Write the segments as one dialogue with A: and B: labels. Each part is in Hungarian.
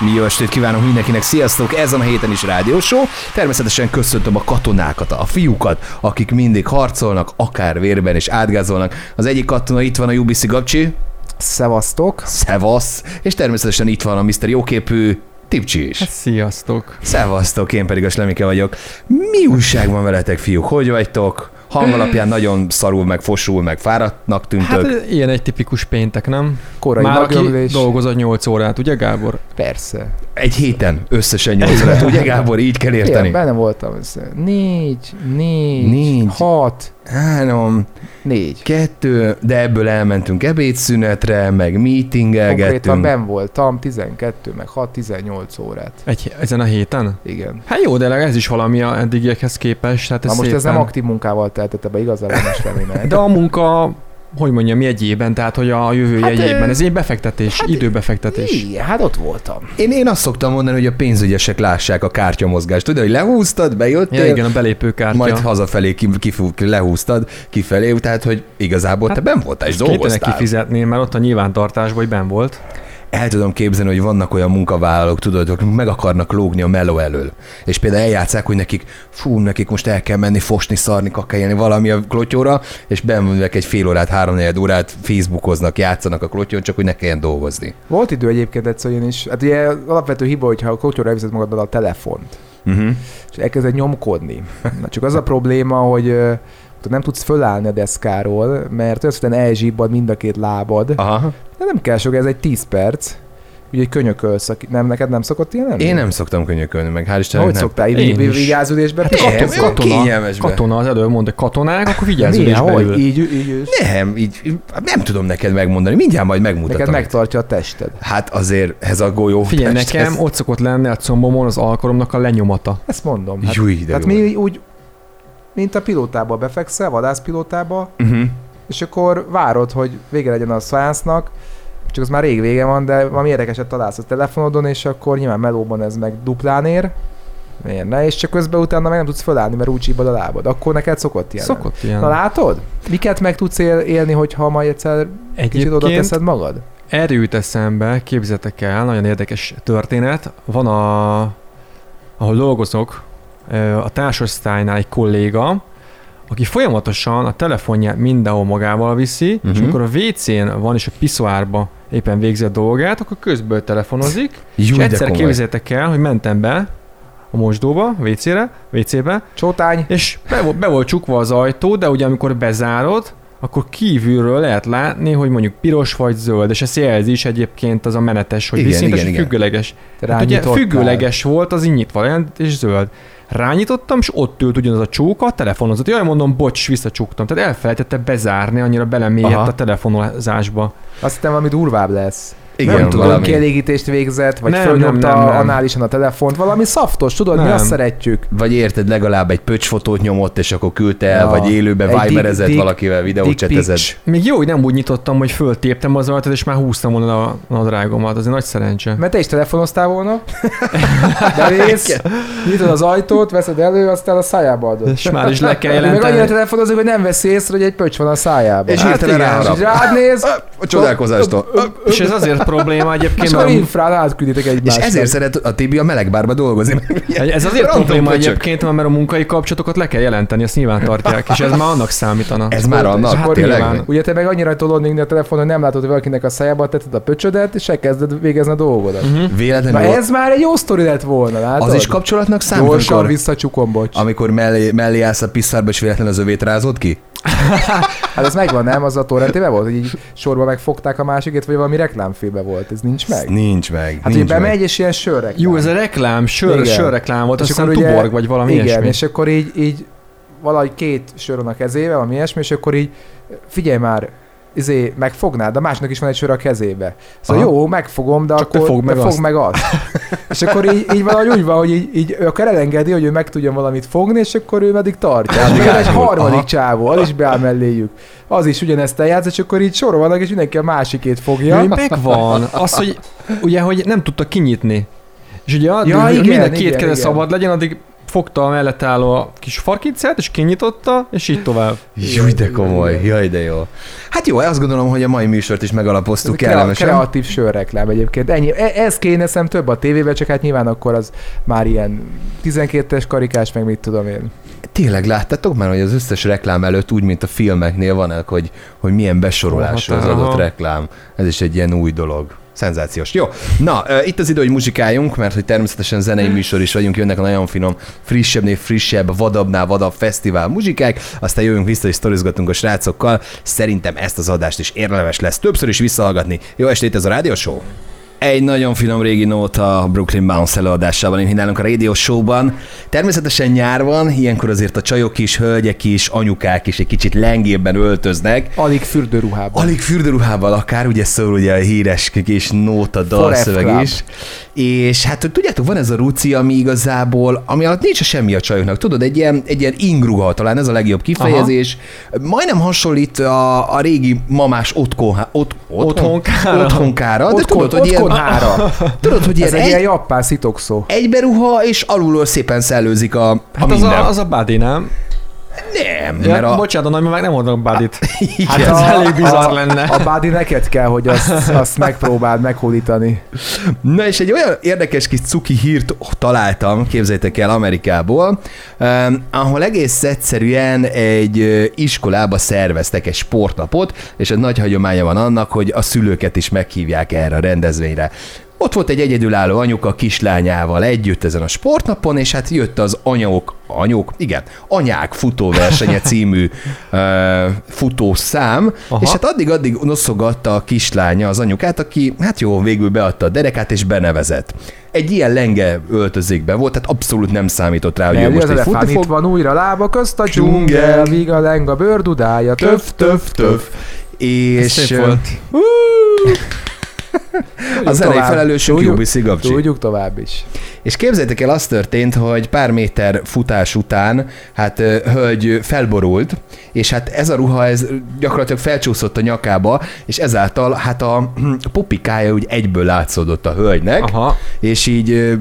A: Mi jó estét kívánunk mindenkinek, sziasztok! Ezen a héten is rádiósó. Természetesen köszöntöm a katonákat, a fiúkat, akik mindig harcolnak, akár vérben és átgázolnak. Az egyik katona itt van a UBC Gabcsi.
B: Szevasztok!
A: Szevasz! És természetesen itt van a Mr. Jóképű Tipcsi is.
C: Sziasztok!
A: Szevasztok, én pedig a Slemike vagyok. Mi újság van veletek, fiúk? Hogy vagytok? Hang alapján nagyon szarul, meg fosul, meg fáradtnak tűntök.
C: Hát ilyen egy tipikus péntek, nem?
B: Korai
C: Már aki
B: megjövés.
C: dolgozott 8 órát, ugye Gábor?
B: Persze.
A: Egy héten összesen nyolc lett, ugye Gábor? Így kell
B: Érteni.
A: érteni.
B: Én benne voltam. össze. Négy, négy,
A: Négy.
B: négy. hat,
A: Három,
B: négy.
A: kettő, de ebből elmentünk ebédszünetre, meg
B: Konkrétan
A: meetingelgettünk.
B: ben voltam 12, meg 6, 18 órát.
C: Egy, ezen a héten?
B: Igen.
C: Hát jó, de legalább ez is valami a eddigiekhez képest. Hát ez
B: Na most
C: szépen.
B: ez nem aktív munkával teltette be, igazán nem is remélem.
C: De a munka, hogy mondjam, jegyében, tehát hogy a jövő
B: Hát,
C: hát jegyében.
B: ö,
C: Ez egy befektetés,
B: hát,
C: hát időbefektetés.
B: Igen, hát ott voltam.
A: Én, én azt szoktam mondani, hogy a pénzügyesek lássák a kártyamozgást. Tudod, hogy lehúztad, bejöttél,
C: Ja, igen, a belépőkártya.
A: majd hazafelé ki, kifu, lehúztad, kifelé, tehát, hogy igazából hát, te
C: Hát,
A: ben voltál és
C: Kétene
A: dolgoztál.
C: kifizetni, mert ott a nyilvántartásban, hogy ben volt.
A: El tudom képzelni, hogy vannak olyan munkavállalók, tudod, akik meg akarnak lógni a meló elől. És például eljátszák, hogy nekik, fú, nekik most el kell menni fosni, szarni, kakálni valami a klotyóra, és bemondják egy fél órát, három órát, Facebookoznak, játszanak a klotyón, csak hogy ne kelljen dolgozni.
B: Volt idő egyébként egyszer én is. Hát ugye alapvető hiba, hogyha a kocsóra elviszed magaddal a telefont,
A: Uh-huh.
B: és elkezded nyomkodni. Na csak az a probléma, hogy ö, nem tudsz fölállni a deszkáról, mert összeten elzsibbad mind a két lábad,
A: Aha.
B: De nem kell sok, ez egy 10 perc. Ugye könyökölsz, aki- nem, neked nem szokott ilyen lenni?
A: Én nem szoktam könyökölni, meg hál'
B: Na,
A: Istennek
B: Hogy
A: nem.
B: szoktál így így
C: Én is.
B: vigyázódésbe?
C: Hát
B: Hát
A: nem,
C: a
A: olyan
C: katona,
A: kényelmesbe.
C: katona, az előbb mondta, katonák, akkor
B: Milyen,
C: vigyázzon
B: hogy? Így, így ülsz.
A: Nem, így nem tudom neked megmondani, mindjárt majd megmutatom.
B: Neked megtartja a tested.
A: Hát azért ez a golyó.
C: Figyelj,
A: test,
C: nekem
A: ez-
C: ott szokott lenni a combomon az alkalomnak a lenyomata.
B: Ezt mondom. Hát,
A: Júj, de
B: tehát
A: jó.
B: mi úgy, mint a pilótába befekszel, vadászpilótába,
A: Uh-huh.
B: és akkor várod, hogy vége legyen a szeánsznak, csak az már rég vége van, de valami érdekeset találsz a telefonodon, és akkor nyilván melóban ez meg duplán ér. Miért ne? És csak közben utána meg nem tudsz fölállni, mert úgy csípad a lábad. Akkor neked szokott ilyen. lenni.
C: Szokott ilyen.
B: Na látod? Miket meg tudsz él, élni, hogyha majd egyszer kicsit oda
C: Egyébként
B: teszed magad?
C: erre jut eszembe, képzetek el, nagyon érdekes történet. Van a, ahol dolgozok, ö, a társosztálynál egy kolléga, aki folyamatosan a telefonját mindenhol magával viszi, uh-huh. és
A: Mhm.
C: amikor a WC-n van és a piszoárba éppen végzi a dolgát, akkor közből telefonozik,
A: Júj,
C: és
A: de
C: egyszer
A: komoly.
C: képzeljétek el, hogy mentem be a mosdóba, WC-re, WC-be,
B: Csótány,
C: és be, vo- be volt csukva az ajtó, de ugye amikor bezárod, akkor kívülről lehet látni, hogy mondjuk piros vagy zöld, és ezt jelzi is egyébként az a menetes, hogy
A: Igen,
C: viszintes,
A: igen,
C: vagy
A: igen.
C: függőleges.
B: te
C: Hát ugye
B: rányitottál.
C: függőleges volt, az így nyitva jelent, és zöld. Rányitottam, és ott ült ugyanaz a csóka, telefonozott. Jaj, mondom, bocs, visszacsuktam. Tehát elfelejtette bezárni, annyira belemélyedt
A: Aha.
C: a telefonozásba.
B: Azt hittem valami durvább lesz.
A: Igen,
B: nem tudom,
A: valami.
B: kielégítést végzett, vagy
C: Nem,
B: fölnyomta
C: nem, nem, nem.
B: análisan a telefont. Valami szaftos, tudod, mi
C: Nem.
B: azt szeretjük.
A: Vagy érted, legalább egy pöcsfotót nyomott, és akkor küldte el,
B: Ja.
A: vagy élőben
B: Egy dick-
A: viberezett
B: dick-
A: valakivel,
B: dick
A: videócsetezett.
B: pics.
C: Még jó, hogy nem úgy nyitottam, hogy föltéptem az ajtót, és már húztam volna a nadrágomat. Az egy nagy szerencse.
B: Mert te is telefonoztál volna, bevész, nyitod az ajtót, veszed elő, aztán a szájába adod. Hát,
C: És már is le kell
B: Meg annyira
C: jelenteni.
B: telefonozik, hogy nem veszi észre, hogy egy pöcs van a szájában.
A: És
B: Hát
A: hirtelen
B: igen, és
A: ráharap.
B: így rád néz,
A: A csodálkozástól.
C: És ez azért probléma
B: és
C: egyébként, mert
B: akkor
C: amúgy-
B: infrán átkülditek
A: És
B: egymásnak.
A: ezért szeret a Tibi a melegbárba dolgozni. mert ilyen
C: Egy- Ez azért
A: random
C: probléma
A: pöcsök.
C: egyébként, mert mert a munkai kapcsolatokat le kell jelenteni, azt nyilván tartják, és ez már annak számítana.
A: Ez már annak,
C: És
A: hát
C: akkor
A: tényleg.
C: nyilván.
B: Ugye te meg annyira tolod még a telefonon, hogy nem látod, hogy valakinek a szájába tetted a pöcsödet, és elkezded végezni a dolgodat. Na
A: Véletlenül
B: ez már egy jó sztori lett volna, látod?
A: Mhm. az is kapcsolatnak számít,
B: Gyorsan
A: amikor,
B: visszacsukom, bocs.
A: amikor mellé, mellé állsz a piszárba, és véletlenül az övét rázod ki?
B: Hát ez megvan, nem? Az a torrentében volt, hogy így sorba megfogták a másikét, vagy valami reklámfilbe volt. Ez nincs
A: Ez
B: meg?
A: Nincs meg.
B: Hát ugye
A: nincs meg.
B: bemegy, és ilyen sörrek.
C: Jó, ez a reklám, sör,
B: Igen.
C: sörreklám volt, azt
B: És
C: hiszem
B: akkor ugye-
C: Tuborg vagy valami
B: Igen,
C: ilyesmi.
B: és akkor így, így valahogy két sör van a kezébe, valami ilyesmi, és akkor így figyelj már, izé, megfognád, de másnak is van egy sör a kezébe. Szóval
A: Aha.
B: Aha. jó, megfogom, de
C: Csak te
B: akkor
C: fogd meg
B: de fogd
C: azt.
B: meg azt. és akkor így, így valahogy úgy van, hogy így, így ő akkor elengedi, hogy ő meg tudjon valamit fogni, és akkor ő meddig tartja. És
C: Hát
A: Addig
B: akkor jön egy
A: átnyúl.
B: harmadik
A: Aha.
B: csávó, az is beáll melléjük. Az is ugyanezt eljátsz, és akkor így sorban vannak, és mindenki a másikét fogja.
C: Ja. Megvan. Az, hogy ugye, hogy nem tudta kinyitni. És ugye addig,
B: Ja,
C: ja,
B: igen,
C: igen, mind a
B: igen,
C: két keze
B: igen.
C: szabad legyen, addig fogta a mellett álló kis farkincát, és kinyitotta, és így tovább.
A: Júj, de komoly, jaj, de jó. Hát jó, azt gondolom, hogy a mai műsort is
B: Ez a
A: megalapoztuk
B: kre-
A: kellemesen.
B: kreatív sörreklám egyébként. Ennyi. E- Ez kéne szem több a tévében, csak hát nyilván akkor az már ilyen 12-es karikás, meg mit tudom én.
A: Tényleg láttátok már, hogy az összes reklám előtt, úgy, mint a filmeknél vannak, hogy, hogy milyen besorolású az
C: Aha.
A: adott reklám. Ez is egy ilyen új dolog. Szenzációs. Jó, na, ö, itt az idő, hogy muzsikáljunk, mert hogy természetesen zenei műsor is vagyunk, jönnek a nagyon finom, frissebbnél frissebb, vadabbnál vadabb fesztivál muzsikák, aztán jövünk vissza és sztorizgatunk a srácokkal. Szerintem ezt az adást is érdemes lesz többször is visszahallgatni. Jó estét, ez a Rádió Show? Egy nagyon finom régi nóta a Brooklyn Bounce előadásában, én nálunk a Radio Show-ban. Természetesen nyár van, ilyenkor azért a csajok is, hölgyek is, anyukák is egy kicsit lengébben öltöznek.
B: Alig fürdőruhában.
A: Alig fürdőruhával akár, ugye szól ugye a híres kis nóta dalszöveg
B: Club.
A: is. És hát hogy tudjátok, van ez a ruci, ami igazából, ami alatt nincs semmi a csajoknak. Tudod, egy ilyen, egy ilyen ingruha, talán ez a legjobb kifejezés. Aha. Majdnem hasonlít a, a régi mamás otthon, ott, otthon,
C: Otthonkára.
A: otthonkára, de
B: Otthon-
A: tudod, hogy ilyen,
B: otthonhára.
A: tudod, hogy
B: Ez
A: ilyen,
B: egy ilyen
A: egy,
B: japán szitokszó.
A: egyberuha, és alulról szépen szellőzik a, a
C: Hát az
A: minden.
C: a, az a body, nem?
A: Nem,
C: Ja,
A: mert a...
C: Bocsánat, a nagymamák nem mondanak budit.
A: Igen.
C: Hát ez elég bizarr
B: a,
C: lenne.
B: A bádi neked kell, hogy azt, azt megpróbáld meghódítani.
A: Na és egy olyan érdekes kis cuki hírt találtam, képzeljétek el, Amerikából, em, ahol egész egyszerűen egy ö, iskolába szerveztek egy sportnapot, és egy nagy hagyománya van annak, hogy a szülőket is meghívják erre a rendezvényre. Ott volt egy egyedülálló anyuka a kislányával együtt ezen a sportnapon, és hát jött az anyók, anyók, igen, anyák futóversenye című ö, futószám, Aha.
C: Aha.
A: és hát addig-addig noszogatta a kislánya az anyukát, aki hát jó, végül beadta a derekát és benevezett. Egy ilyen lenge öltözékben volt, tehát abszolút nem számított rá, hogy ő
B: Mert
A: most
B: az
A: egy futni
B: elefánt itt
A: fog.
B: van újra lába közt a
A: Dzsungel.
B: dzsungel, víg a leng a bőrdudája, töf, töf, töf.
A: És
C: Szép
A: ö,
C: volt.
A: a zenei
B: tovább.
A: felelősünk
B: Tudjuk-
A: Jubi Szigapcsi.
B: Tudjuk tovább is.
A: És képzeljétek el, az történt, hogy pár méter futás után, hát ö, hölgy felborult, és hát ez a ruha, ez gyakorlatilag felcsúszott a nyakába, és ezáltal hát a hm, pupikája úgy egyből látszódott a hölgynek, Aha.
C: Aha.
A: és így ö,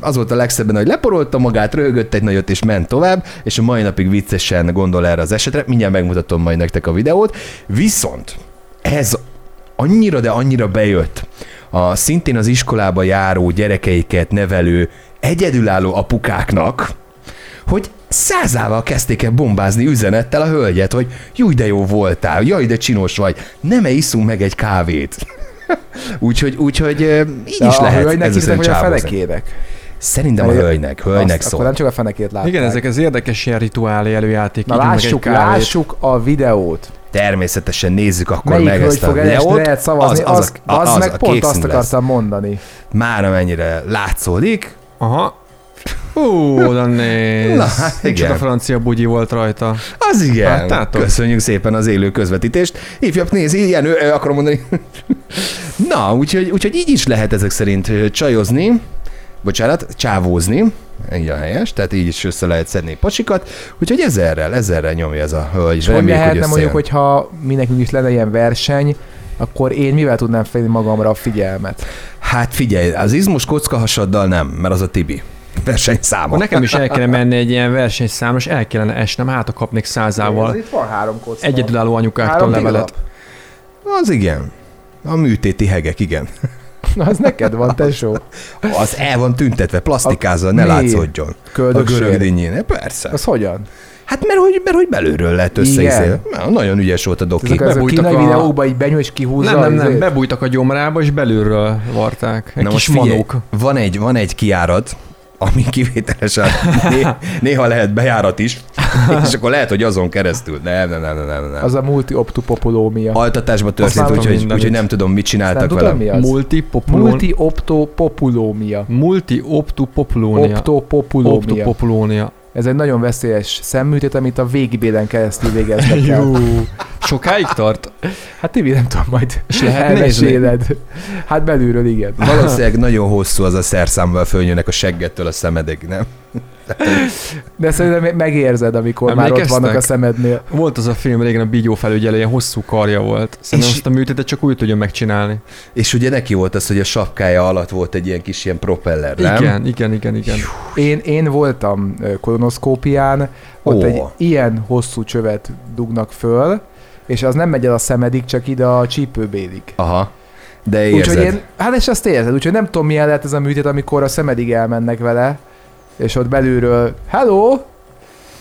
A: az volt a legszebben, hogy leporolta magát, röhögött egy nagyot, és ment tovább, és a mai napig viccesen gondol erre az esetre, mindjárt megmutatom majd nektek a videót, viszont ez annyira, de annyira bejött a szintén az iskolába járó gyerekeiket nevelő egyedülálló apukáknak, hogy százával kezdték el bombázni üzenettel a hölgyet, hogy júj de jó voltál, jaj de csinos vagy, nem -e iszunk meg egy kávét. úgyhogy, úgyhogy ö, így is
B: a
A: lehet
B: hölgynek
A: ezzel
B: hisznek, hogy a
A: csábózni.
B: felekének.
A: Szerintem a
B: Vagy-
A: hölgynek, hölgynek
B: Azt, Akkor nem
A: szól.
B: csak a fenekét látták.
C: Igen, ezek az érdekes ilyen rituálé előjáték.
B: Hát, Na
C: így meg egy
B: lássuk,
C: kávét.
B: lássuk a videót.
A: Természetesen nézzük akkor
B: Melyik
A: meg
B: hölgy
A: ezt a
B: fog elest,
A: videót.
B: lehet szavazni, az, az, az, az, az meg
A: a
B: pont
A: kék
B: azt
A: színű
B: akartam mondani.
A: lesz. Már amennyire látszódik,
C: Aha. Ú, de nézd.
A: Na, hát
C: Micsoda
A: igen.
C: francia bugyi volt rajta.
A: Az igen.
B: Hát,
C: Láttátok?
A: Köszönjük szépen az élő közvetítést. Ifjabb nézi, ilyen, ö, ö, akarom mondani. Na, úgyhogy, úgyhogy így is lehet ezek szerint ö, csajozni, bocsánat, csávózni, így a helyes, tehát így is össze lehet szedni pasikat, úgyhogy ezerrel, ezerrel nyomja ez a hölgy.
B: És hogy
A: Reméljük,
B: lehetne mondjuk,
A: összejön.
B: hogyha mi nekünk is lenne ilyen verseny, akkor én mivel tudnám felni magamra a figyelmet?
A: Hát figyelj, az izmos kockahasaddal nem, mert az a Tibi versenyszáma.
C: Akkor nekem is el kéne menni egy ilyen versenyszámra, és el kellene esnem, hát a kapnék százával.
B: Itt van három kocka.
C: Egyedülálló anyukáktól
B: három
C: levelet.
B: levelet.
A: Az igen. A műtéti hegek, igen.
B: Na, az neked van, tesó.
A: Az el van tüntetve, plastikázza, ne
B: mi?
A: látszódjon. A görög
B: Köldökség.
A: dinnyén, persze.
B: Az hogyan?
A: Hát mert hogy, mert hogy belülről lett összeizél.
B: Igen.
A: Na, Nagyon ügyes volt a doki.
B: Ezek az a
C: bebújtak
B: kínai
C: a-
B: videókba így benyúl és kihúzza.
C: Nem, nem, nem,
A: izé.
B: izét?
C: bebújtak a gyomrába, és belülről varták. Egy kis
A: figyelj,
C: manók.
A: Van egy, van egy kiárat, ami kivételesen né- néha lehet bejárat is, és akkor lehet, hogy azon keresztül. Nem, nem, nem, nem, nem. nem.
B: Az a multi-optopopolómia.
A: Altatásba történt,
C: Aztán
A: úgyhogy,
C: mindenütt.
A: úgyhogy nem tudom, mit
B: Nem
A: csináltak
B: tudod
A: vele.
B: mi az?
C: Multi-populón...
B: Multi-optopopulómia.
C: Multi-optupopulónia.
B: Optopopulómia.
C: Optopopulónia.
B: Ez egy nagyon veszélyes szemműtét, amit a végbéden keresztül végeznek el.
C: Sokáig tart?
B: Hát Tibi, nem tudom, majd
C: És lehet nézni?
B: elmeséled. Hát belülről igen.
A: Valószínűleg nagyon hosszú az a szerszámmal fölnyőnek a seggettől a szemedig, nem?
B: De szerintem megérzed, amikor már ott
C: Emlékeztek?
B: vannak a szemednél.
C: Volt az a film régen, a bígyó felügyelő, ilyen hosszú karja volt. Szerintem
A: És-
C: azt a műtétet csak úgy tudja megcsinálni.
A: És ugye neki volt az, hogy a sapkája alatt volt egy ilyen kis ilyen propeller, nem?
C: Igen, igen, igen, igen.
B: Én, én voltam ö, kolonoszkópián, ott
A: Ó.
B: egy ilyen hosszú csövet dugnak föl, és az nem megy el a szemedig, csak ide a csípőbélig.
A: Aha. De érzed.
B: Úgyhogy én, hát és azt érzed, úgyhogy nem tudom milyen lehet ez a műtét, amikor a szemedig elmennek vele, és ott belülről, hello,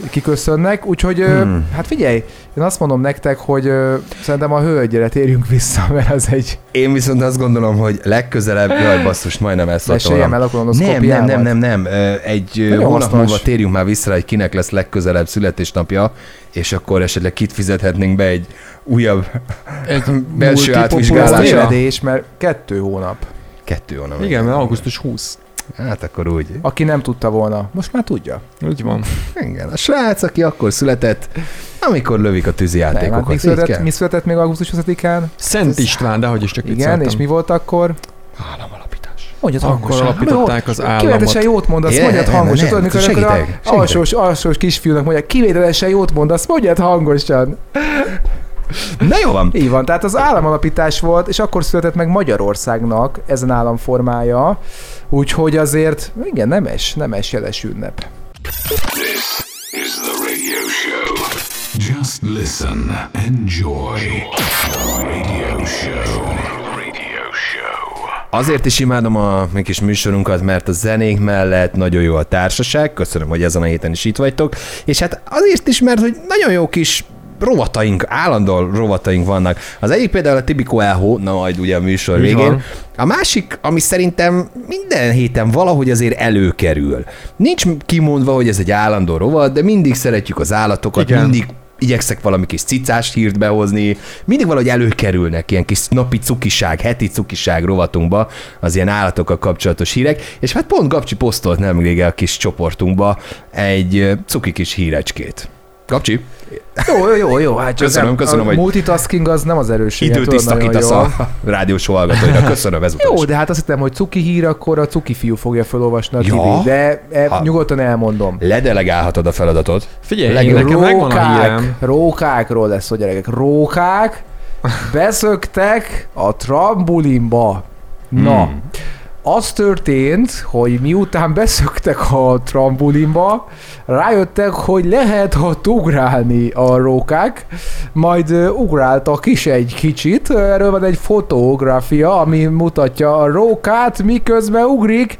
B: kiköszönnek, úgyhogy hmm.
A: Hmm.
B: hát figyelj, én azt mondom nektek, hogy ö, szerintem a hölgyre térjünk vissza, mert ez egy
A: Én viszont azt gondolom, hogy legközelebb, jaj basszus, majdnem ezt adtam
B: meséljem el a
A: Nem, nem, nem,
B: kolonoszkópiámat.
A: nem, nem. Ö, Egy ö,
B: Nagyon
A: hónap
B: hasznos.
A: múlva térjünk már vissza, hogy kinek lesz legközelebb születésnapja, és akkor esetleg kit fizethetnénk be egy újabb
C: Egy
A: belső
B: Ez
A: átvizsgálásra.
C: multipopuláció.
B: tévedés, mert kettő hónap.
A: Kettő hónap.
C: Igen, mert augusztus 20.
A: Hát akkor úgy.
B: Aki nem tudta volna, most már tudja.
C: Úgy van.
A: Igen, a srác, aki akkor született, amikor lövik a tűzi
B: Nem, hát mi,
A: játékokat.
B: született, mi született még augusztus 20-án?
C: Szent István, de hogy is csak
B: Igen, és mi volt akkor?
A: Államalapítás.
B: Mondjad
C: Akkor
B: hangosan.
C: alapították az
B: Kivételesen
C: államot.
B: jót mondasz,
A: Igen,
B: mondjad
A: nem,
B: hangosan.
A: nem,
B: Tudod, mikor amikor a
A: segítek, segítek.
B: alsós, alsós kisfiúnak mondják, kivételesen jót mondasz, mondjad hangosan.
A: Na jó van.
B: Így van, tehát az államalapítás volt, és akkor született meg Magyarországnak ezen államformája, úgyhogy azért, igen, nemes, nemes jeles ünnep.
D: is the radio show. Just listen, enjoy. Radio show. Radio show.
A: Azért is imádom a mi kis műsorunkat, mert a zenénk mellett nagyon jó a társaság. Köszönöm, hogy ezen a héten is itt vagytok. És hát azért is, mert hogy nagyon jó kis rovataink, állandó rovataink vannak. Az egyik például a Tibikó Elhó, na majd ugye a műsor
C: Így
A: végén.
C: van.
A: A másik, ami szerintem minden héten valahogy azért előkerül. Nincs kimondva, hogy ez egy állandó rovat, de mindig szeretjük az állatokat,
C: Igen.
A: mindig igyekszek valami kis cicás hírt behozni, mindig valahogy előkerülnek ilyen kis napi cukiság, heti cukiság rovatunkba az ilyen állatokkal kapcsolatos hírek, és hát pont Gabcsi posztolt nem régen a kis csoportunkba egy ö, cuki kis hírecskét. Gabcsi,
B: Jó, jó, jó, jó. Hát csak
A: Köszönöm,
B: nem,
A: köszönöm,
B: a
A: hogy-
B: multitasking az nem az erőssége.
A: időt
B: tudod, nagyon
A: tisztakítasz
B: jól.
A: a rádiós hallgatóinak. Köszönöm ezúttal
B: Jó,
A: is.
B: de hát azt hittem, hogy cuki hír, akkor a cuki fiú fogja felolvasni a
A: Ja?
B: ja? de e,
A: Ha.
B: nyugodtan elmondom.
A: Ledelegálhatod a feladatot.
C: Figyelj, én
A: Legjobb.
C: nekem megvan a hírem.
B: rókákról lesz, hogy gyerekek, rókák beszöktek a trambulinba. Na,
A: Hmm.
B: az történt, hogy miután beszöktek a trambulinba, rájöttek, hogy lehet ott ugrálni a rókák, majd ö, ugráltak is egy kicsit, erről van egy fotográfia, ami mutatja a rókát, miközben ugrik,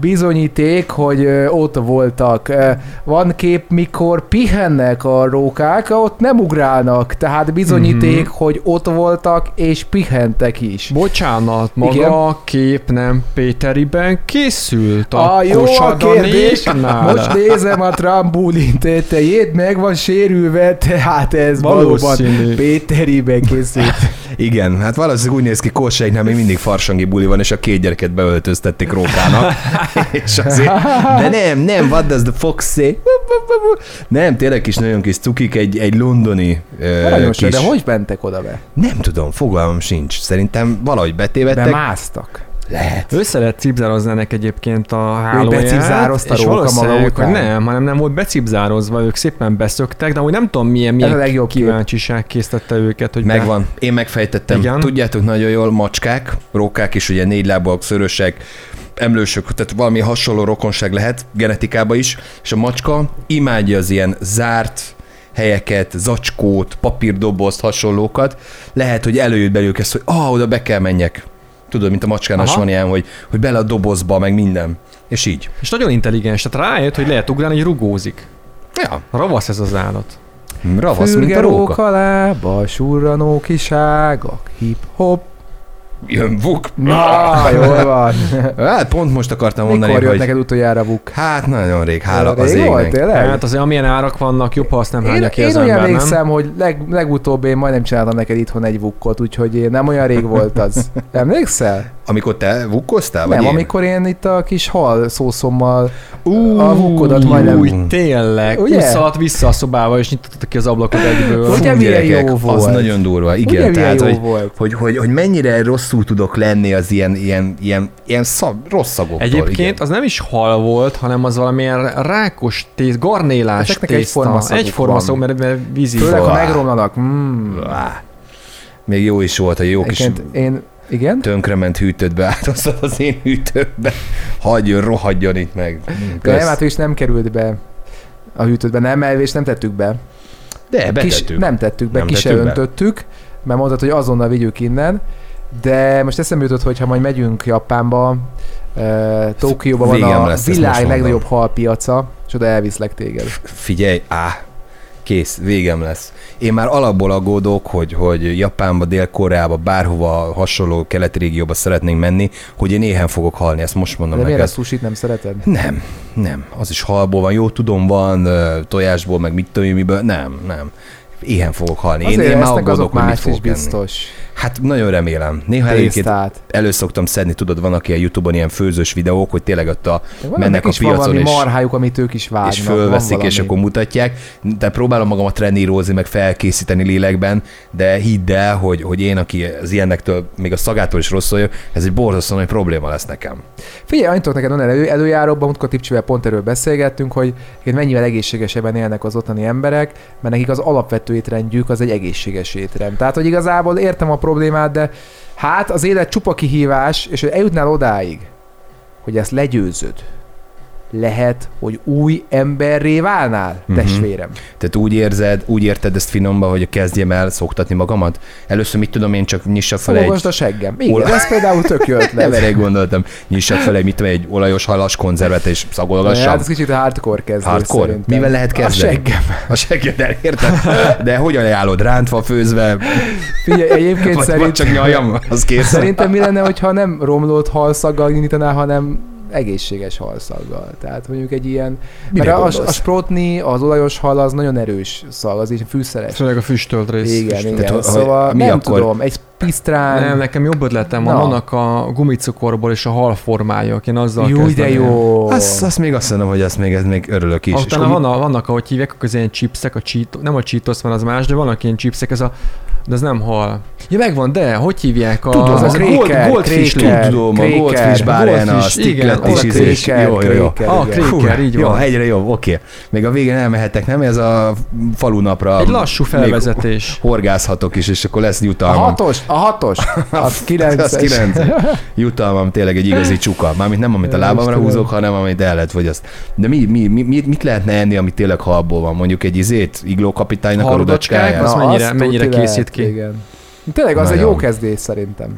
B: bizonyíték, hogy ö, ott voltak. Ö, Van kép, mikor pihennek a rókák, ott nem ugrálnak, tehát bizonyíték,
C: Mhm.
B: hogy ott voltak és pihentek is.
C: Bocsánat, maga
B: Igen.
C: a kép nem Péteriben készült a,
B: A jó a kérdés,
C: kosadanéknál.
B: most nézem a trambulin tetejét, meg van sérülve, tehát ez valóban
C: Valószínű.
B: Péteriben készült.
A: Igen, hát valószínűleg úgy néz ki Korsáiknál, még mindig farsangi buli van, és a két gyereket beöltöztették rókának. és azért, de nem, nem, what does the fox say? Nem, tényleg kis nagyon kis cukik, egy, egy londoni ö,
B: Aranyos,
A: kis...
B: de hogy mentek oda be?
A: Nem tudom, fogalmam sincs. Szerintem valahogy betévedtek.
B: Bemásztak.
A: Lehet.
C: Össze lehet cipzározni ennek egyébként a hálóját.
B: becipzározta
C: és
B: róka maga
C: valószínűleg, hogy
B: után.
C: nem, hanem nem volt becipzározva, ők szépen beszöktek, de amúgy nem tudom milyen,
B: Ez a
C: milyen
B: legjobb kép.
C: kíváncsiság késztette őket, hogy be-
A: Megvan. Én megfejtettem. Igen.
C: Igen.
A: Tudjátok nagyon jól, macskák, rókák is, ugye négy lábúak, szörösek, emlősök, tehát valami hasonló rokonság lehet genetikába is, és a macska imádja az ilyen zárt helyeket, zacskót, papírdobozt, hasonlókat. Lehet, hogy előjött belőlük ezt, hogy ah, oda be kell menjek. Tudod, mint a macskánál is
C: Aha.
A: van ilyen, hogy, hogy bele a dobozba, meg minden. És így.
C: És nagyon intelligens, tehát rájött, hogy lehet ugrálni, hogy rugózik.
A: Ja,
C: Ravasz ez az állat.
A: ravasz, mint
B: Fürge
A: a róka.
B: róka lába, surranó kiságak, hip-hop.
A: Jön, vuk.
B: Na, jól van.
A: Hát pont most akartam mondani,
B: Mikor jött
A: hogy...
B: neked utoljára buk?
A: Hát nagyon rég, hála
B: Rég
A: az
B: volt,
A: égnek.
B: tényleg?
C: Hát azért amilyen árak vannak, jobb, ha azt nem
B: Én,
C: hányja ki
B: én
C: az
B: úgy
C: ember, nem?
B: emlékszem, hogy leg, legutóbb én majdnem csináltam neked itthon egy vukkot, úgyhogy én nem olyan rég volt az. Emlékszel?
A: Amikor te vukkoztál?
B: nem,
A: vagy én?
B: amikor én itt a kis hal szószommal
A: Ú,
B: a vukkodat majdnem...
A: új.
C: Úgy tényleg,
B: Ugye?
C: Uszalt vissza a szobába, és nyitotta ki az ablakot egyből.
B: Ugye milyen
A: gyerekek,
B: jó
A: Az
B: volt?
A: nagyon durva, igen.
B: Ugye milyen
A: tehát,
B: jó
A: hogy,
B: volt?
A: hogy, hogy, hogy mennyire rossz rosszul tudok lenni az ilyen, ilyen, ilyen, ilyen szab, rossz szagoktól.
C: Egyébként
A: igen.
C: az nem is hal volt, hanem az valamilyen rákos tész, garnélás
B: Ezeknek
C: tészta.
B: egyforma szaguk
C: Egyforma
B: van.
C: szagú, mert, mert vízi.
B: Főleg, ha
A: Wow.
B: megromlanak. Mm.
A: Á, Még jó is volt, a jó kis
B: Egyébként én, igen?
A: tönkrement hűtőtbe átoztad az én hűtőbe. Hagyjon, rohadjon itt meg.
B: De nem,
A: Kösz.
B: hát ő is nem került be a hűtőtbe, nem, elvés nem tettük be.
A: De,
B: Kis,
A: betettük.
B: nem tettük be,
A: E, Nem
B: ki se
A: tettük be.
B: öntöttük, mert mondtad, hogy azonnal vigyük innen, de most eszembe jutott, hogy ha majd megyünk Japánba, uh, Tokióban van
A: Végem
B: a
A: lesz, ezt most
B: világ
A: mondom.
B: legnagyobb halpiaca, és oda elviszlek téged.
A: Figyelj, á, kész, végem lesz. Én már alapból aggódok, hogy, hogy Japánba, Dél-Koreába, bárhova hasonló keleti régióba szeretnénk menni, hogy én éhen fogok halni, ezt most mondom
B: de miért a
A: neked.
B: sushit nem szereted?
A: Nem, nem. Az is halból van, jó tudom, van ö, tojásból, meg mit tudom, én miből. Nem, nem. Éhen fogok halni. Én, én már
B: esznek
A: aggódok,
B: azok
A: hogy mit
B: más is
A: fogok enni.
B: biztos.
A: Hát nagyon remélem. Néha egyébként
B: Tésztát.
A: elő szoktam szedni, tudod, van aki a Youtube-on ilyen főzős videók, hogy tényleg ott a
B: Van,
A: mennek
B: mennek
A: a
B: is van
A: piacon
B: valami
A: és,
B: marhájuk, amit ők is vágnak.
A: és
B: van
A: fölveszik, és
B: valami.
A: akkor mutatják. De próbálom magamat trenírozni, meg felkészíteni lélekben, de hidd el, hogy, hogy én, aki az ilyenektől, még a szagától is rosszul jövök, ez egy borzasztó nagy probléma lesz nekem.
B: Figyelj, annyit tudok neked onnan elő, előjáróban, múltkor Tipcsivel pont erről beszélgettünk, hogy egyébként mennyivel egészségesebben élnek az ottani emberek, mert nekik az alapvető étrendjük az egy egészséges étrend. Tehát, hogy igazából értem a problémát, de hát az élet csupa kihívás, és hogy eljutnál odáig, hogy ezt legyőzöd, lehet, hogy új emberré válnál,
A: Mhm.
B: testvérem.
A: Tehát úgy érzed, úgy érted ezt finomba, hogy kezdjem el szoktatni magamat? Először mit tudom én, csak nyissa fel egy...
B: Fogosd a seggem. Igen,
A: Hol-
B: ez például tök jó
A: Nem
B: ötlet.
A: erre gondoltam. Nyissa fel egy, mit tudom, én, egy olajos halas konzervet, és szagolgassam.
B: Hát ez kicsit hardcore kezdő
A: Hardcore?
B: szerintem.
A: Mivel lehet kezdeni?
B: A seggem.
A: A seggeddel, érted? De hogyan ajánlod? Rántva, főzve,
B: Figyelj, egyébként
A: vagy, vagy
B: szerint...
A: csak nyaljam, az kész.
B: Szerintem mi lenne, hogyha nem romlott halszaggal indítaná, hanem egészséges halszaggal. Tehát mondjuk egy ilyen...
A: Mire
B: Mire mert a, a
A: gondolsz?
B: sprotni, az olajos hal az nagyon erős szag, az így fűszeres.
C: Főleg a füstölt rész.
B: Igen,
C: füstölt.
B: igen.
A: Tehát, hogy-
B: szóval
A: mi
B: nem
A: akkor?
B: tudom, egy pisztrán...
C: Nem, nekem jobb ötletem van,
B: Na.
C: annak a gumicukorból és a hal formája, én azzal
B: jó, de
C: kezdeném.
B: jó.
A: Azt, azt még azt mondom, hogy azt még, ez még örülök is.
C: És,
A: És
C: Aztán
A: akkor
C: Ah, van a, vannak, ahogy hívják, akkor az ilyen chipsek, a Cheeto, nem a Cheetos van, az más, de vannak ilyen chipsek, ez a, de az nem hal. Ja, megvan, de, hogy hívják a...
A: Tudom,
C: az
A: a
C: a
B: kréker,
C: goldfish
B: kréker.
C: lé-
A: mit tudom, a
B: Kréker.
A: Goldfish Bárján, a
C: Goldfish, igen,
A: Stiklet is
C: Goldfish,
A: ízés. Jó, jó, jó.
B: kréker,
C: Ah,
B: igen.
C: kréker.
A: Hú,
C: így
A: jó,
C: van.
A: egyre jobb, oké. Még a végén elmehetek, nem? Ez a falunapra.
C: Egy lassú
A: még
C: felvezetés.
A: Horgászhatok is, és akkor lesz
B: A
A: jutalmam.
B: hatos, a hatos, a
A: Az
B: kilences.
A: 9 Jutalmam tényleg egy igazi csuka. Mármint nem amit a
B: Én
A: lábamra
B: is tudom.
A: húzok, hanem amit el lehet fogyaszt. De mi, mi, mi, mi- mit lehetne enni, ami tényleg halból van? Mondjuk egy izét, iglókapitánynak a
C: Hardocskák,
A: rudacskáját?
C: az-
B: Na,
C: mennyire-
B: azt
C: mennyire
B: tuti lehet,
C: készít ki?
B: Igen. Tényleg az egy
A: Nagyon.
B: jó kezdés szerintem.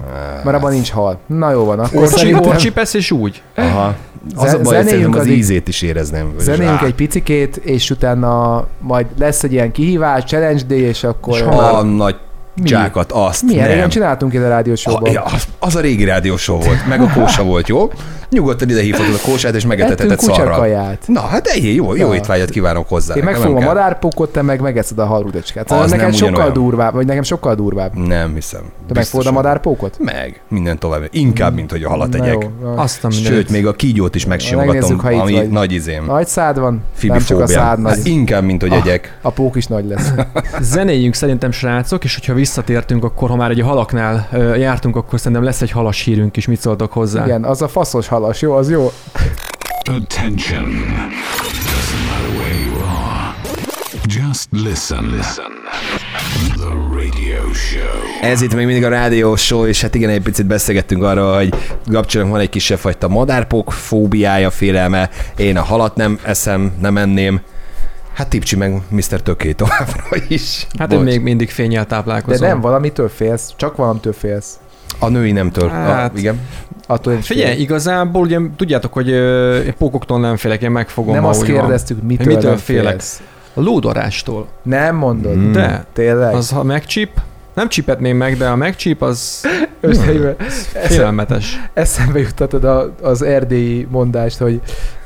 B: Mert abban nincs hal. Na jó van, akkor
C: Orcsi,
B: szerintem...
C: orcsipesz és úgy.
A: Aha. Az a baj, hogy
B: Ze-
A: szerintem
B: zenéljünk
A: az
B: addig-
A: ízét is érezném. És
B: Zenéljünk
A: rá.
B: egy picikét, és utána majd lesz egy ilyen kihívás, challenge day, és akkor...
A: És
B: És
A: a nagy
B: Mi?
A: csákat, azt
B: Milyen
A: nem.
B: régen csináltunk itt a rádiósóban?
A: A, ja, az, az a régi rádiósó volt, meg a kósa volt, jó? Nyugodtan ide hívhatod a kósát, és
B: Ettünk
A: megetetheted szarra.
B: kucsakaját.
A: Na, hát egyé, jó, jó
B: Na.
A: étvágyat kívánok hozzá.
B: Én
A: nekem
B: megfogom a
A: nem kell.
B: madárpókot, te meg megeszed a halrudacskát.
A: Az
B: Szóval nekem
A: nem
B: sokkal
A: ugyanolyan.
B: durvább, vagy nekem sokkal durvább. Te
A: Nem hiszem.
B: megfogod
A: Biztos,
B: a
A: hogy- Hát
B: madárpókot?
A: Meg, minden tovább. Inkább, mint hogy a halat
B: Na
A: egyek.
B: jó, na.
C: Azt a
A: Sőt,
C: mindenit.
A: még a kígyót is megsimogatom,
B: megnézzük, ha itt
A: ami
B: vagy.
A: nagy izém.
B: Nagy szád van, nem csak a szád
A: Fibifóbiám.
B: nagy.
A: Hát inkább, mint hogy
B: Ah.
A: egyek.
B: A pók is nagy lesz.
C: Zenéljünk szerintem, srácok, és hogyha visszatértünk, akkor ha már egy halaknál ö, jártunk, akkor szerintem lesz egy halas hírünk is, mit szóltok hozzá.
B: Igen, az a faszos halas, jó, az jó.
D: Attention. Doesn't matter where you are. Just listen. Listen. The radio show.
A: Ez itt még mindig a rádió show, és hát igen, egy picit beszélgettünk arról, hogy kapcsolatban van egy kisebb fajta madárpok fóbiája, félelme. Én a halat nem eszem, nem enném. Hát Tipcsi meg Mr. Töké továbbra is.
C: Hát
A: Bocs.
C: én még mindig fényel
B: De
C: táplálkozom.
B: nem, valamitől félsz, csak valamitől félsz.
A: A női nemtől. Hát...
C: Hát-
A: A, igen.
B: Attól én is
C: Figyelj,
B: félek.
C: igazából ugye tudjátok, hogy ö, én pókoktól nem félek, én megfogom,
B: nem
C: ha
B: azt
C: úgy van.
B: kérdeztük, mitől,
C: mitől
B: nem
C: félek?
B: félsz.
C: A lódarástól.
B: Nem mondod.
A: Mm.
C: De,
B: Tényleg?
C: az ha megcsíp, nem csípetném meg, de a megcsíp az
B: Összejövő.
C: félelmetes.
B: Eszembe juttatod a, az erdélyi mondást, hogy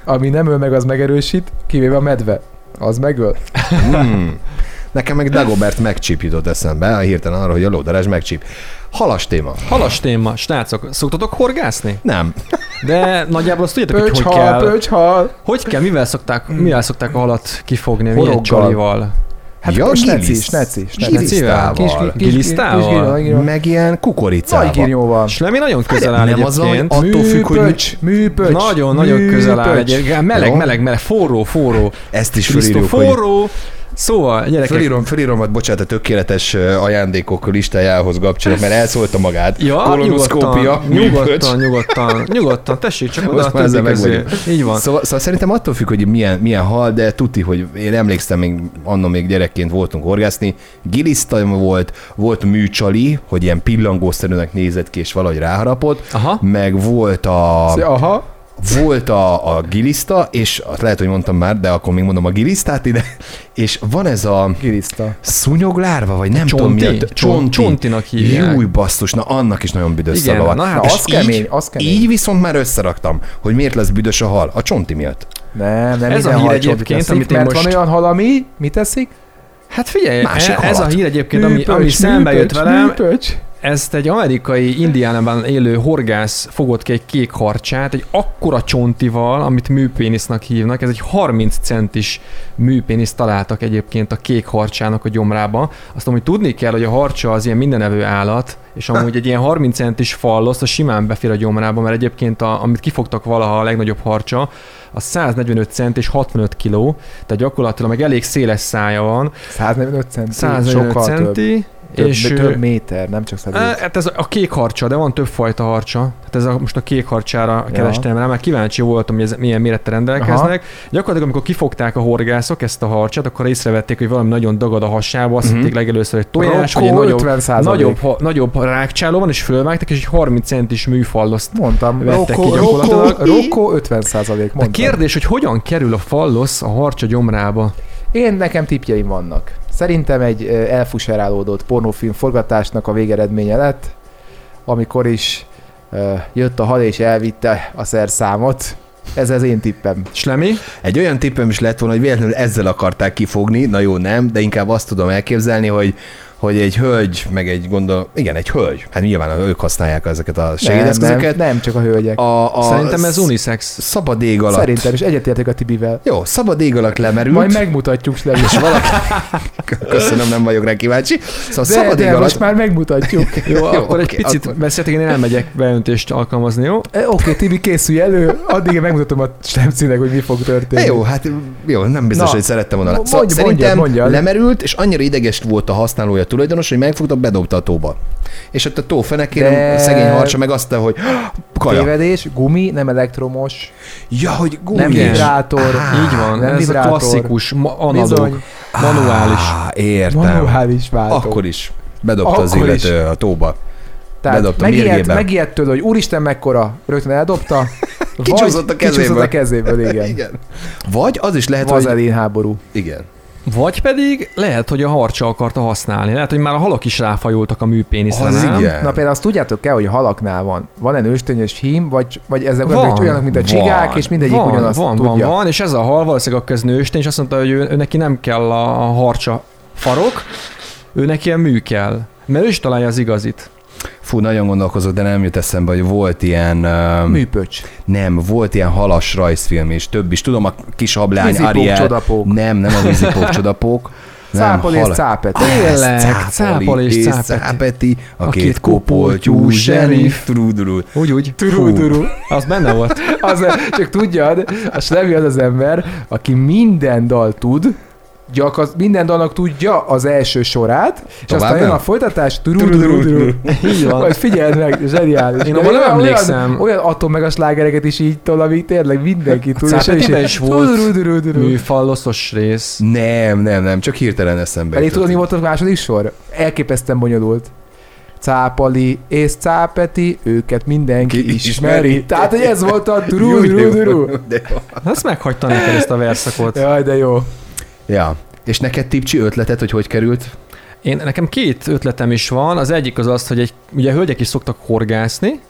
B: ami nem öl meg, az megerősít, kivéve a medve. Az megöl.
A: Hmm. Nekem meg Dagobert megcsíp jutott eszembe, hirtelen arra, hogy a lódarás megcsíp. Halas téma.
C: Halas téma, srácok, szoktatok horgászni?
A: Nem.
C: De nagyjából azt tudjátok, hogy hogy
B: Pöcshal,
C: kell,
B: pöcshal.
C: hogy kell, mivel szokták, mivel szokták a halat kifogni, milyen
B: Horoggal.
C: csalival.
B: Hát
A: Ja,
B: ja, sneci,
A: giliszt.
B: sneci, sneci.
A: Gilisztával.
B: Kis- kis- kis-
C: Gilisztával?
B: kis girió, nagy girió.
A: Meg ilyen kukoricával.
B: Nagy girióval.
C: És Lemi nagyon közel áll
A: Nem az, hogy
C: egyébként.
A: attól függ, hogy
B: Műpöcs, műpöcs.
C: Nagyon, nagyon
B: műpöcs.
C: közel áll egyébként. Meleg,
A: Jó.
C: meleg, meleg, forró, forró.
A: ezt is
C: Krisztó,
A: fölírjuk, hogy
C: forró. Szóval, gyerekek,
A: Fölírom, fölírom, hát bocsánat, a tökéletes ö, ajándékok listájához kapcsolat, mert elszólta magát.
C: Ja,
A: Kolonoszkópia,
C: nyugodtan,
A: működj.
C: nyugodtan, nyugodtan, nyugodtan, tessék csak oda
A: Most
C: a
A: már ezzel
C: többi közé.
A: megvagyunk.
C: Így van.
A: Szóval, szóval szerintem attól függ, hogy milyen, milyen hal, de tuti, hogy én emlékszem, még annó még gyerekként voltunk horgászni, gilisztam volt, volt műcsali, hogy ilyen pillangószerűnek nézett ki, és valahogy ráharapott,
C: Aha.
A: meg volt a,
B: Szia, Aha.
A: volt a, a giliszta, és azt lehet, hogy mondtam már, de akkor még mondom a gilisztát ide, és van ez a
B: Giliszta.
A: szúnyoglárva, vagy nem tudom mi a
C: Csonti? Csonti. Csontinak hívják.
A: Júj, basszus, na annak is nagyon büdös
C: Igen,
A: szava van.
C: na hát
B: Na,
A: És
B: az kemény, az kemény.
A: Így viszont már összeraktam, hogy miért lesz büdös a hal. A csonti miatt.
B: Nem, nem
C: Ez a
B: minden
C: hír
B: hal csontit
C: egyébként,
B: eszik,
C: amit én
B: mert
C: most-
B: van olyan hal, ami mit eszik?
C: Hát figyelj,
A: Másik
C: e- ez a
A: halat.
C: hír egyébként, ami, ami
B: Műpöcs,
C: szembe jött
B: műpöcs,
C: velem,
B: Műpöcs.
C: ezt egy amerikai Indiánában élő horgász fogott ki egy kék harcsát, egy akkora csontival, amit műpénisznak hívnak, ez egy 30 centis műpéniszt találtak egyébként a kék harcsának a gyomrába. Azt amúgy tudni kell, hogy a harcsa az ilyen mindenevő állat, és amúgy egy ilyen 30 centis falloszt a simán befér a gyomrába, mert egyébként a, amit kifogtak valaha a legnagyobb harcsa, az 145 cent és 65 kiló, tehát gyakorlatilag meg elég széles szája van,
B: 145 centi,
C: 145
B: sokkal több.
C: centi,
B: Több,
C: és
B: de
C: ö,
B: több méter, nem csak 150.
C: Hát ez a kék harcsa, de van több fajta harcsa. Hát ez a, most a kék harcsára
B: Ja.
C: kerestem rá, mert kíváncsi voltam, hogy ez milyen mérettel rendelkeznek. Aha. Gyakorlatilag, amikor kifogták a horgászok ezt a harcsát, akkor észrevették, hogy valami nagyon dagad a hasába, azt hitték legelőször, hogy tojás, vagy egy
B: Rokko
C: nagyobb,
B: 50 Mhm. százalék.
C: nagyobb, ha, nagyobb rákcsáló van, és fölvágták, és egy 30 centis műfalloszt.
B: Mondtam,
C: vettek
B: Rokko,
C: ki
B: Rokko,
C: gyakorlatilag.
B: Rokko 50 százalék,
C: De
B: mondtam.
C: kérdés, hogy hogyan kerül a fallosz a harcsa gyomrába?
B: Én nekem tipjeim vannak. Szerintem egy ö, elfuserálódott pornófilm forgatásnak a végeredménye lett, amikor is ö, jött a hal és elvitte a szerszámot. Ez az én tippem.
C: Slemi?
A: Egy olyan tippem is lett volna, hogy véletlenül ezzel akarták kifogni, na jó, nem, de inkább azt tudom elképzelni, hogy hogy egy hölgy, meg egy gondol, igen, egy hölgy, hát nyilván ők használják ezeket a
B: nem,
A: segédeszközöket.
B: nem, nem csak a hölgyek.
A: A, a
C: Szerintem ez unisex.
A: Szabad ég alatt.
B: Szerintem is egyetértek a Tibivel.
A: Jó, szabad ég alatt lemerült.
B: Majd megmutatjuk, Levi.
A: és valaki... Köszönöm, nem vagyok rá kíváncsi. Szóval
B: De,
A: szabad ég
B: de
A: alatt...
B: most már megmutatjuk.
C: Jó,
A: Jó,
C: akkor egy
A: oké,
C: picit
A: akkor-
C: beszéltek, én elmegyek beöntést alkalmazni, jó?
B: E, Oké, okay, Tibi, készülj elő, addig én megmutatom a Stemcinek, hogy mi fog
A: Na
B: történni.
A: jó, hát jó, nem biztos,
B: Na,
A: hogy szerettem volna.
B: mondj-
A: Szóval
B: mondjad,
A: szerintem
B: mondjad.
A: lemerült, és annyira ideges volt a használója a tulajdonos, hogy megfogta, bedobta a tóba. És ott a tó fenekén
B: De-
A: a szegény harcsa meg azt, hogy kaja.
B: Tévedés, gumi, nem elektromos,
A: Ja, hogy gumi.
B: nem
C: Igen.
B: vibrátor.
A: Á,
C: Így van,
B: nem
C: ez
B: vibrátor.
C: a klasszikus, ma- analóg,
B: Bizony. Ah,
C: manuális.
A: Á, értem.
B: Manuális váltó.
A: Akkor is. Bedobta az
B: Akkor is.
A: illető a tóba.
B: Tehát
A: Bedobta
B: megijedt,
A: mérgébe.
B: megijedt tőle, hogy úristen mekkora, rögtön eldobta. vagy
A: Kicsúszott a
B: Kicsúszott
A: kezéből.
B: a kezéből, igen.
A: igen. Vagy az is lehet, hogy...
B: Vazelin háború.
A: Igen.
C: Vagy pedig lehet, hogy a harcsa akarta használni. Lehet, hogy már a halak is ráfajultak a műpéniszre.
A: Az
C: nem?
A: igen.
B: Na például azt tudjátok kell, hogy a halaknál van. Van-e nőstényes hím, vagy, vagy ezek
C: Van,
B: van, olyanok, mint a csigák,
C: van,
B: és mindegyik
C: van,
B: ugyanazt
C: van,
B: tudja.
C: Van, van, és ez a hal valószínűleg a köznőstény, és azt mondta, hogy ő, ő neki nem kell a, a harcsa farok, ő neki ilyen mű kell. Mert ő is találja az igazit.
A: Fú, nagyon gondolkozok, de nem jut eszembe, hogy volt ilyen... öm,
B: Műpöcs.
A: Nem, volt ilyen halas rajzfilm is, több is. Tudom, a kis hablány,
B: Vízipók,
A: Ariel.
B: csodapók.
A: Nem, nem a vízipók csodapók. nem,
B: Cápol és
A: hal-
B: cápet.
C: Tényleg,
A: Cápoli
C: cápol és cápeti.
A: cápeti. A,
C: A
A: a
C: két
A: két kopoltyú
C: kopoltyú
A: zserif.
C: zserif.
A: Trudurú.
C: Úgy, úgy.
B: Turul, turul.
C: Az benne volt.
B: Az, csak tudjad, a Slevi az az ember, aki minden dal tud, gyak, minden dalnak tudja az első sorát, és
A: Tovább
B: aztán jön
A: nem?
B: a folytatás, turul, turul, turul.
C: Így van.
B: Majd figyeld meg, zseniális.
C: Én
B: De
C: abban nem
B: olyan-
C: emlékszem.
B: Olyan, olyan atom meg a slágereket is így tol, amíg tényleg mindenki tud. és
C: Cápetiben
B: így-
C: is volt
B: Tururururururu.
C: Műfalloszos rész.
A: Nem, nem, nem, csak hirtelen eszembe
B: Pedig
A: jutott.
B: tudod, mi volt a második sor? Elképesztően bonyolult. Cápali és Cápeti, őket mindenki
A: Ki
B: ismeri.
A: ismeri.
B: Tehát, hogy ez volt a
A: Jó, jó,
B: turururururu.
A: de jó.
C: Hát Ezt meghagyta neked ezt a verszakot.
B: Jaj, de jó.
A: Ja. És neked tipcsi ötletet, hogy hogy került?
C: Én, nekem két ötletem is van. Az egyik az az, hogy egy, ugye hölgyek is szoktak horgászni,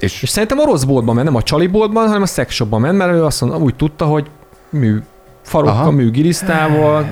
A: És
C: és szerintem a rossz boltban ment, nem a csali boltban, hanem a szexshopban ment, mert ő azt mondta, úgy tudta, hogy mű farokkal,
A: Aha.
C: mű girisztával,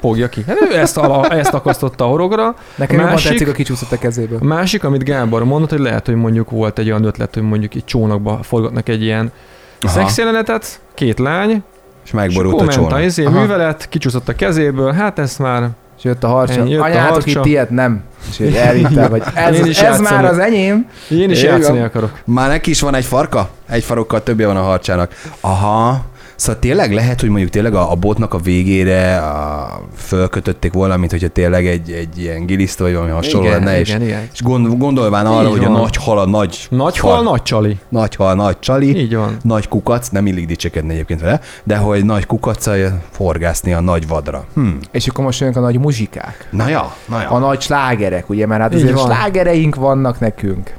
C: fogja ki. Hát ő ezt, ala, ezt akasztotta a horogra.
B: Nekem jobban
C: Másik-
B: tetszik, a kicsúszott a kezéből.
C: A másik, amit Gábor mondott, hogy lehet, hogy mondjuk volt egy olyan ötlet, hogy mondjuk itt csónakba forgatnak egy ilyen
A: Aha.
C: szexjelenetet, két lány,
A: És megborult a
C: ment a
A: csóna.
C: izé,
B: Aha.
C: művelet, kicsúszott a kezéből, hát ezt már
B: És jött a harcsa.
C: Én, jött a
B: Anyátok
C: harcsa.
B: itt ilyet nem. És így elvittem, vagy ez,
C: Én is
B: ez
C: játszani.
B: már az enyém.
C: én is
A: Így van.
C: játszani akarok.
A: Már neki is van egy farka? Egy farokkal többje van a harcsának. Aha. Szóval tényleg lehet, hogy mondjuk tényleg a, a botnak a végére a, fölkötötték volna, mint hogyha tényleg egy, egy ilyen giliszta vagy valami hasonló
C: igen,
A: lenne, és,
C: igen, igen.
A: és gond, gondolván arra,
C: Így
A: hogy
C: van.
A: a nagy hal a nagy
C: Nagy hal, nagy csali.
A: nagy hal, nagy csali,
C: Így van.
A: nagy kukac, nem illik dicsekedni egyébként vele, de hogy nagy kukaccal forgászni a nagy vadra. Hm.
B: És akkor most jönnek a nagy muzsikák.
A: Na ja, na ja.
B: A nagy slágerek, ugye, mert hát
C: Így
B: azért
C: van.
B: slágereink vannak nekünk.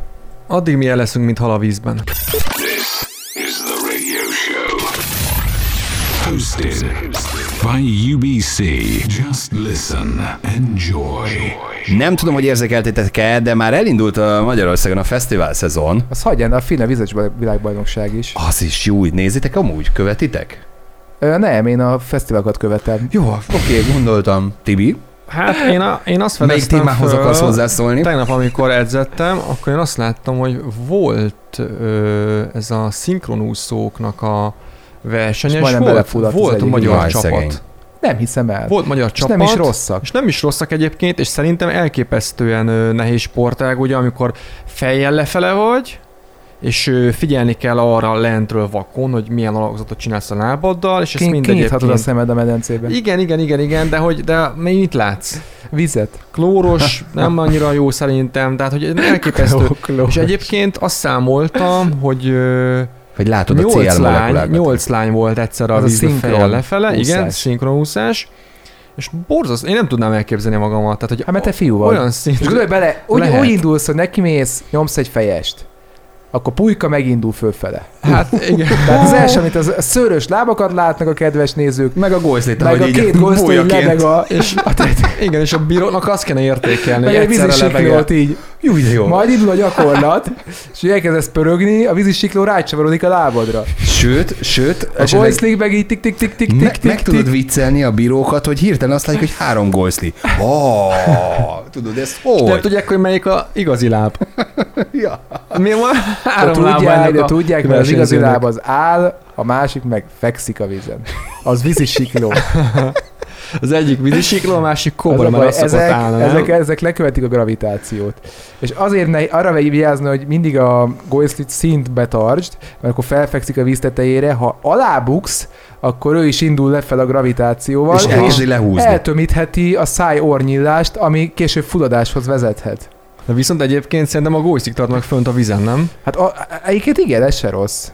C: Addig mi el leszünk, mint hal a vízben.
D: is the radio show. Hosted by UBC. Just listen. Enjoy.
A: Nem tudom, hogy érzékeltétek-e, de már elindult a Magyarországon a fesztivál szezon.
B: Az hagyján, de a Fina Vizes világbajnokság is.
A: Az is jó, így nézitek amúgy, követitek?
B: Ö, nem, én a fesztiválokat követem.
A: Jó, oké, gondoltam. Tibi,
C: Hát én, a, én azt
A: melyik
C: fedeztem
A: témához
C: föl-
A: akarsz hozzászólni?
C: Tegnap, amikor edzettem, akkor én azt láttam, hogy volt ö, ez a szinkronúszóknak a verseny,
B: És
C: és,
B: majdnem
C: volt,
B: belefulladt az
C: volt a
B: egyik.
C: magyar
A: Jaj,
C: csapat.
A: szegény.
B: Nem hiszem el.
C: Volt magyar
B: és
C: csapat.
B: nem is rosszak.
C: És nem is rosszak egyébként, és szerintem elképesztően ö, nehéz sportág, ugye, amikor fejjel lefele vagy, és ö, figyelni kell arra lentről vakon, hogy milyen alakzatot csinálsz a lábaddal, és ezt
B: Ki,
C: mind
B: kinyithatod a
C: egyébként...
B: szemed a medencébe.
C: Igen, igen, igen, igen, de hogy de mit látsz?
B: Vizet.
C: Klóros, nem annyira jó szerintem, tehát hogy elképesztő. És egyébként azt számoltam, hogy ö,
A: Vagy látod a
C: nyolc
A: CL
C: lány,
A: molekulákat?
C: nyolc lány volt egyszer a
B: Az a
C: vízbe
B: szinkron
C: fejjel lefele, igen,
B: úszás.
C: szinkronúszás, és borzasztó, én nem tudnám elképzelni magamat, tehát hogy
B: Hát mert te fiú vagy.
C: olyan
B: És
C: szint,
B: gondolj bele, úgy,
C: Lehet.
B: úgy indulsz, hogy nekimész, nyomsz egy fejest. Akkor pulyka megindul fölfele.
C: hát igen,
B: Tehát az első, amit az a szőrös lábakat látnak a kedves nézők,
A: Meg a gózlit,
B: meg a két gosztó, hogy lebeg a...
C: és, igen, és a bírónak azt kellene értékelni, hogy
B: Meg egy
C: egyszerre
B: vízisiklót
C: lebegett.
B: így.
A: Jó, de jó.
B: Majd indul a gyakorlat, és így elkezdesz pörögni, a vízisikló rácsavarodik a lábadra.
A: Sőt, sőt,
B: A golszlik meg így tik tik tik tik
A: me-
B: tik tik
A: meg tudod
B: tik
A: viccelni a bírókat, hogy hirtelen azt látjuk, hogy három gózli. Oh, tudod, ez
C: Nem
A: hogy?
C: tudják, hogy melyik a igazi láb.
A: Ja.
C: Mi van?
B: de
C: Három lába
B: tudják,
C: ennek
B: de
C: a
B: tudják, mert az igazi
C: versenyzőnek.
B: láb az áll, a másik meg fekszik a vízen. Az vízisikló.
C: Az egyik vízisikló, a másik
B: Az
C: kobra,
B: a
C: mert
B: baj,
C: azt szokott
B: ezek,
C: állni, nem?
B: ezek, ezek lekövetik a gravitációt. És azért ne, arra kell vigyázni, hogy mindig a golyszlit szint betartsd, mert akkor felfekszik a víz tetejére, ha alábuksz, akkor ő is indul lefelé a gravitációval,
A: És elkezdi lehúzni.
B: Hát, eltömítheti a száj ornyillást, ami később fulladáshoz vezethet.
C: De viszont egyébként szerintem a gólysztik tartnak fönt a vizen, nem?
B: Hát a- a- egyébként igen, ez se rossz.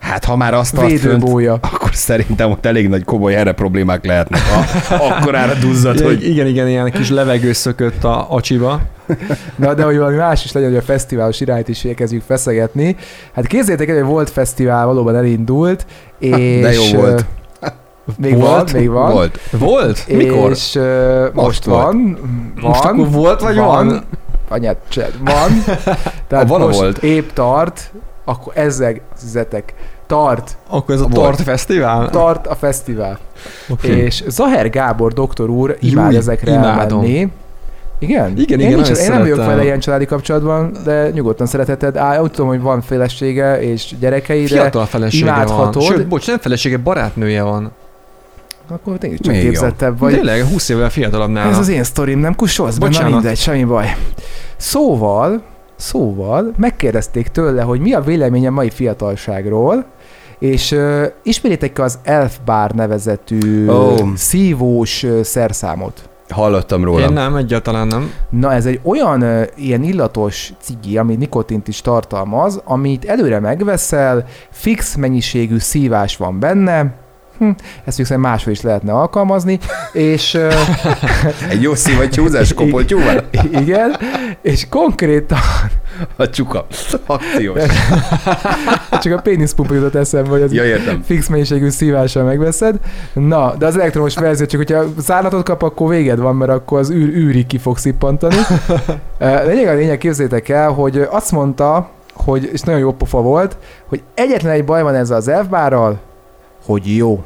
A: Hát ha már azt tart fönt,
B: Védőbója.
A: akkor szerintem ott elég nagy komoly erre problémák lehetnek, ha akkorára duzzad,
C: Igen,
A: hogy
C: igen, igen, ilyen kis levegő szökött a acsiba.
B: Na, de hogy valami más is legyen, hogy a fesztiválos irányt is elkezdjük feszegetni. Hát képzeljétek el, hogy volt fesztivál, valóban elindult, és...
A: de jó volt.
B: ö, Még volt,
C: Volt?
B: van, még van.
A: volt.
C: Volt? Mikor?
B: És ö, most, most
A: volt.
B: van. van.
C: Most akkor volt, vagy van?
B: Anyát, csinál- van. Tehát
A: Ah, van a
B: most
A: volt.
B: épp tart, akkor ezzel zetek. Tart,
C: Akkor ez a
A: Volt.
C: Tort Fesztivál?
B: tart a fesztivál.
C: Oké.
B: És Zaher Gábor doktor úr
C: Júj,
B: imád ezekre
C: imádom.
B: elmenni. Igen?
C: Igen,
B: én,
C: igen,
B: nincs,
C: nagyon
B: én nem vagyok
C: szeretem.
B: vele ilyen családi kapcsolatban, de nyugodtan szeretheted. Á, úgy tudom, hogy van felesége és gyerekei, de
C: Fiatal felesége
B: imádhatod.
C: van. Sőt, bocs, nem felesége, barátnője van.
B: akkor tényleg csak
A: Még jobb.
B: képzettebb
C: Vagy...
B: vagy.
C: Tényleg, 20 évvel fiatalabb nála.
B: Ez az én sztorim, nem kusolsz be, na
C: Bocsánat.
B: mindegy, semmi baj. Szóval, szóval megkérdezték tőle, hogy mi a véleménye mai fiatalságról, és uh, ismeritek az Elf Bar nevezetű
A: Ó.
B: oh. szívós ö, szerszámot?
A: Hallottam róla.
C: Én nem, egyáltalán nem.
B: Na ez egy olyan ö, ilyen illatos cigi, ami nikotint is tartalmaz, amit előre megveszel, fix mennyiségű szívás van benne, hm, ezt viszont máshol is lehetne alkalmazni, és ö,
A: Egy jó szivattyúzás kopoltyúval?
B: igen, és konkrétan
A: A csuka. Akciós.
B: Csak a péniszpumpa jutott eszembe, hogy az
A: Ja, értem.
B: fix mennyiségű szívással megveszed. Na, de az elektromos verzió, csak hogyha zárlatot kap, akkor véged van, mert akkor az űr, űrig ki fog szippantani. Ö, Lényeg a lényeg, képzétek el, hogy azt mondta, hogy, és nagyon jó pofa volt, hogy egyetlen egy baj van ezzel az elfbárral, hogy jó.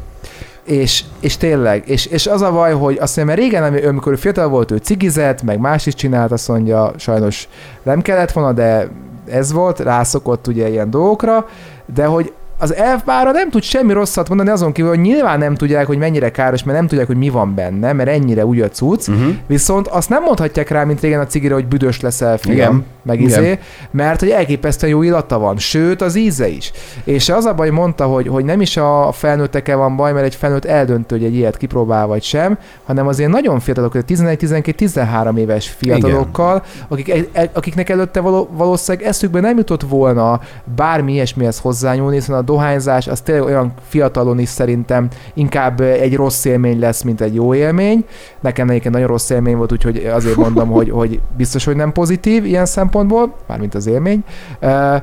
B: És, és tényleg, és, és az a baj, hogy azt mondja, mert régen, ami- amikor ő fiatal volt, ő cigizett, meg más is csinált, azt mondja, sajnos nem kellett volna, de ez volt, rászokott ugye ilyen dolgokra, de hogy az elfbára nem tud semmi rosszat mondani, azon kívül, hogy nyilván nem tudják, hogy mennyire káros, mert nem tudják, hogy mi van benne, mert ennyire úgy a cucc.
E: Uh-huh.
B: Viszont azt nem mondhatják rá, mint régen a cigire, hogy büdös leszel, fiam,
E: Igen.
B: Igen. meg
E: Igen.
B: izé, mert hogy elképesztően jó illata van, sőt az íze is. És az a baj mondta, hogy, hogy nem is a felnőttekkel van baj, mert egy felnőtt eldöntő, hogy egy ilyet kipróbál vagy sem, hanem azért nagyon fiatalok, 11-12-13 éves fiatalokkal, akik, e- e- akiknek előtte való, valószínűleg eszükbe nem jutott volna bármi ilyesmihez hozzányúlni, hiszen a dohányzás az tényleg olyan fiatalon is szerintem inkább egy rossz élmény lesz, mint egy jó élmény. Nekem egyébként nagyon rossz élmény volt, úgyhogy azért mondom, hogy, hogy biztos, hogy nem pozitív ilyen szempontból, mármint az élmény. Ö,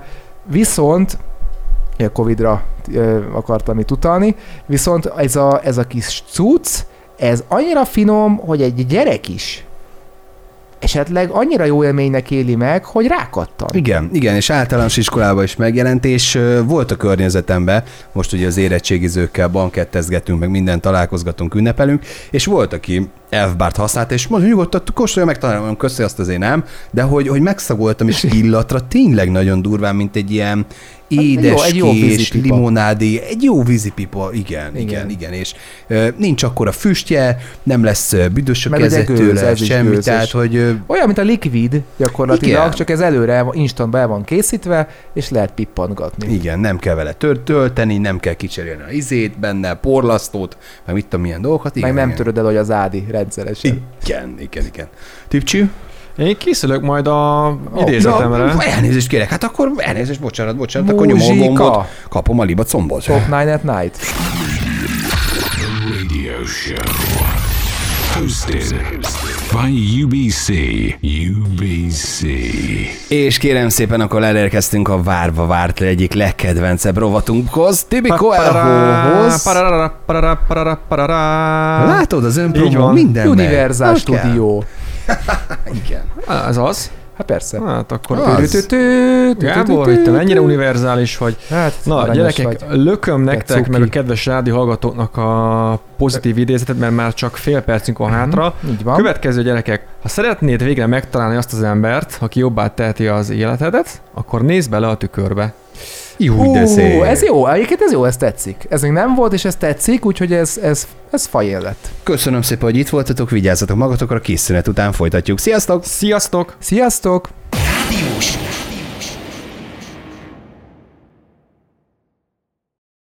B: Viszont a Covid-ra ö, akartam itt utalni, viszont ez a, ez a kis cucc, ez annyira finom, hogy egy gyerek is esetleg annyira jó élménynek éli meg, hogy rákattan.
A: Igen, igen, és általános iskolában is megjelent, és ö, volt a környezetemben, most ugye az érettségizőkkel bankettezgetünk, meg minden találkozgatunk, ünnepelünk, és volt, aki elfbárt használt, és mondta, nyugodtan kóstolja meg, talán mondom, köszi azt azért nem, de hogy, hogy megszagoltam, és illatra tényleg nagyon durván, mint egy ilyen édes
B: egy Hát, jó
A: kés,
B: vízipipa.
A: limonádi, egy jó vízipipa, igen, igen,
B: Igen.
A: igen, igen és ö, nincs akkora füstje, nem lesz ö, büdös a
B: Meg ugye
A: kezed
B: gőz,
A: tőle,
B: ez is
A: semmi,
B: gőzös.
A: tehát, hogy ö,
B: Olyan, mint a likvid gyakorlatilag,
A: Igen.
B: Igen. csak ez előre el van- instantban el van készítve, és lehet pippantgatni.
A: Igen, nem kell vele tör- tölteni, nem kell kicserélni a izét benne, porlasztót, meg mit tudom, milyen dolgokat. Igen,
B: Meg nem
A: igen.
B: töröd el, hogy az ádi rendszeresen.
A: Igen, igen, igen. Tipcsű?
C: Én készülök majd a idézetemre.
A: Na, elnézést kérek, hát akkor elnézést, bocsánat, bocsánat, akkor nyomom a
B: Muzsika.
A: gombot, kapom a liba combot.
B: Top 9 at night.
D: Radio show. Hosted by UBC. UBC.
A: És kérem szépen, akkor elérkeztünk a várva várt egyik legkedvencebb rovatunkhoz, Tibi Coelhohoz.
C: Parará, parará, parará, parará.
A: Látod, az
C: Így
A: önpromó
C: van.
A: minden
B: Universal
A: megy. Hogy kell?
B: Studio.
A: Igen.
C: Á, Ez az?
B: Hát persze.
C: Hát akkor...
A: Az.
B: Tü-tü-tü, tü-tü-tü.
C: Gábor, itt te ennyire univerzális vagy.
B: Hát,
C: Na,
B: aranyos
C: gyerekek,
B: vagy.
C: lököm nektek,
B: cuki.
C: meg a kedves rádió hallgatóknak a pozitív idézetet, mert már csak fél percünk Mhm, van hátra.
B: Így van.
C: Következő gyerekek, ha szeretnéd végre megtalálni azt az embert, aki jobbá teheti az életedet, akkor nézd bele a tükörbe.
A: Jó, de
B: Hú,
A: szép.
B: ez jó, egyébként ez jó, ez tetszik. Ez még nem volt, és ez tetszik, úgyhogy ez, ez, ez fajél lett.
A: Köszönöm szépen, hogy itt voltatok, vigyázzatok magatokra, kis szünet után folytatjuk. Sziasztok!
C: Sziasztok!
B: Sziasztok!
A: Rádiós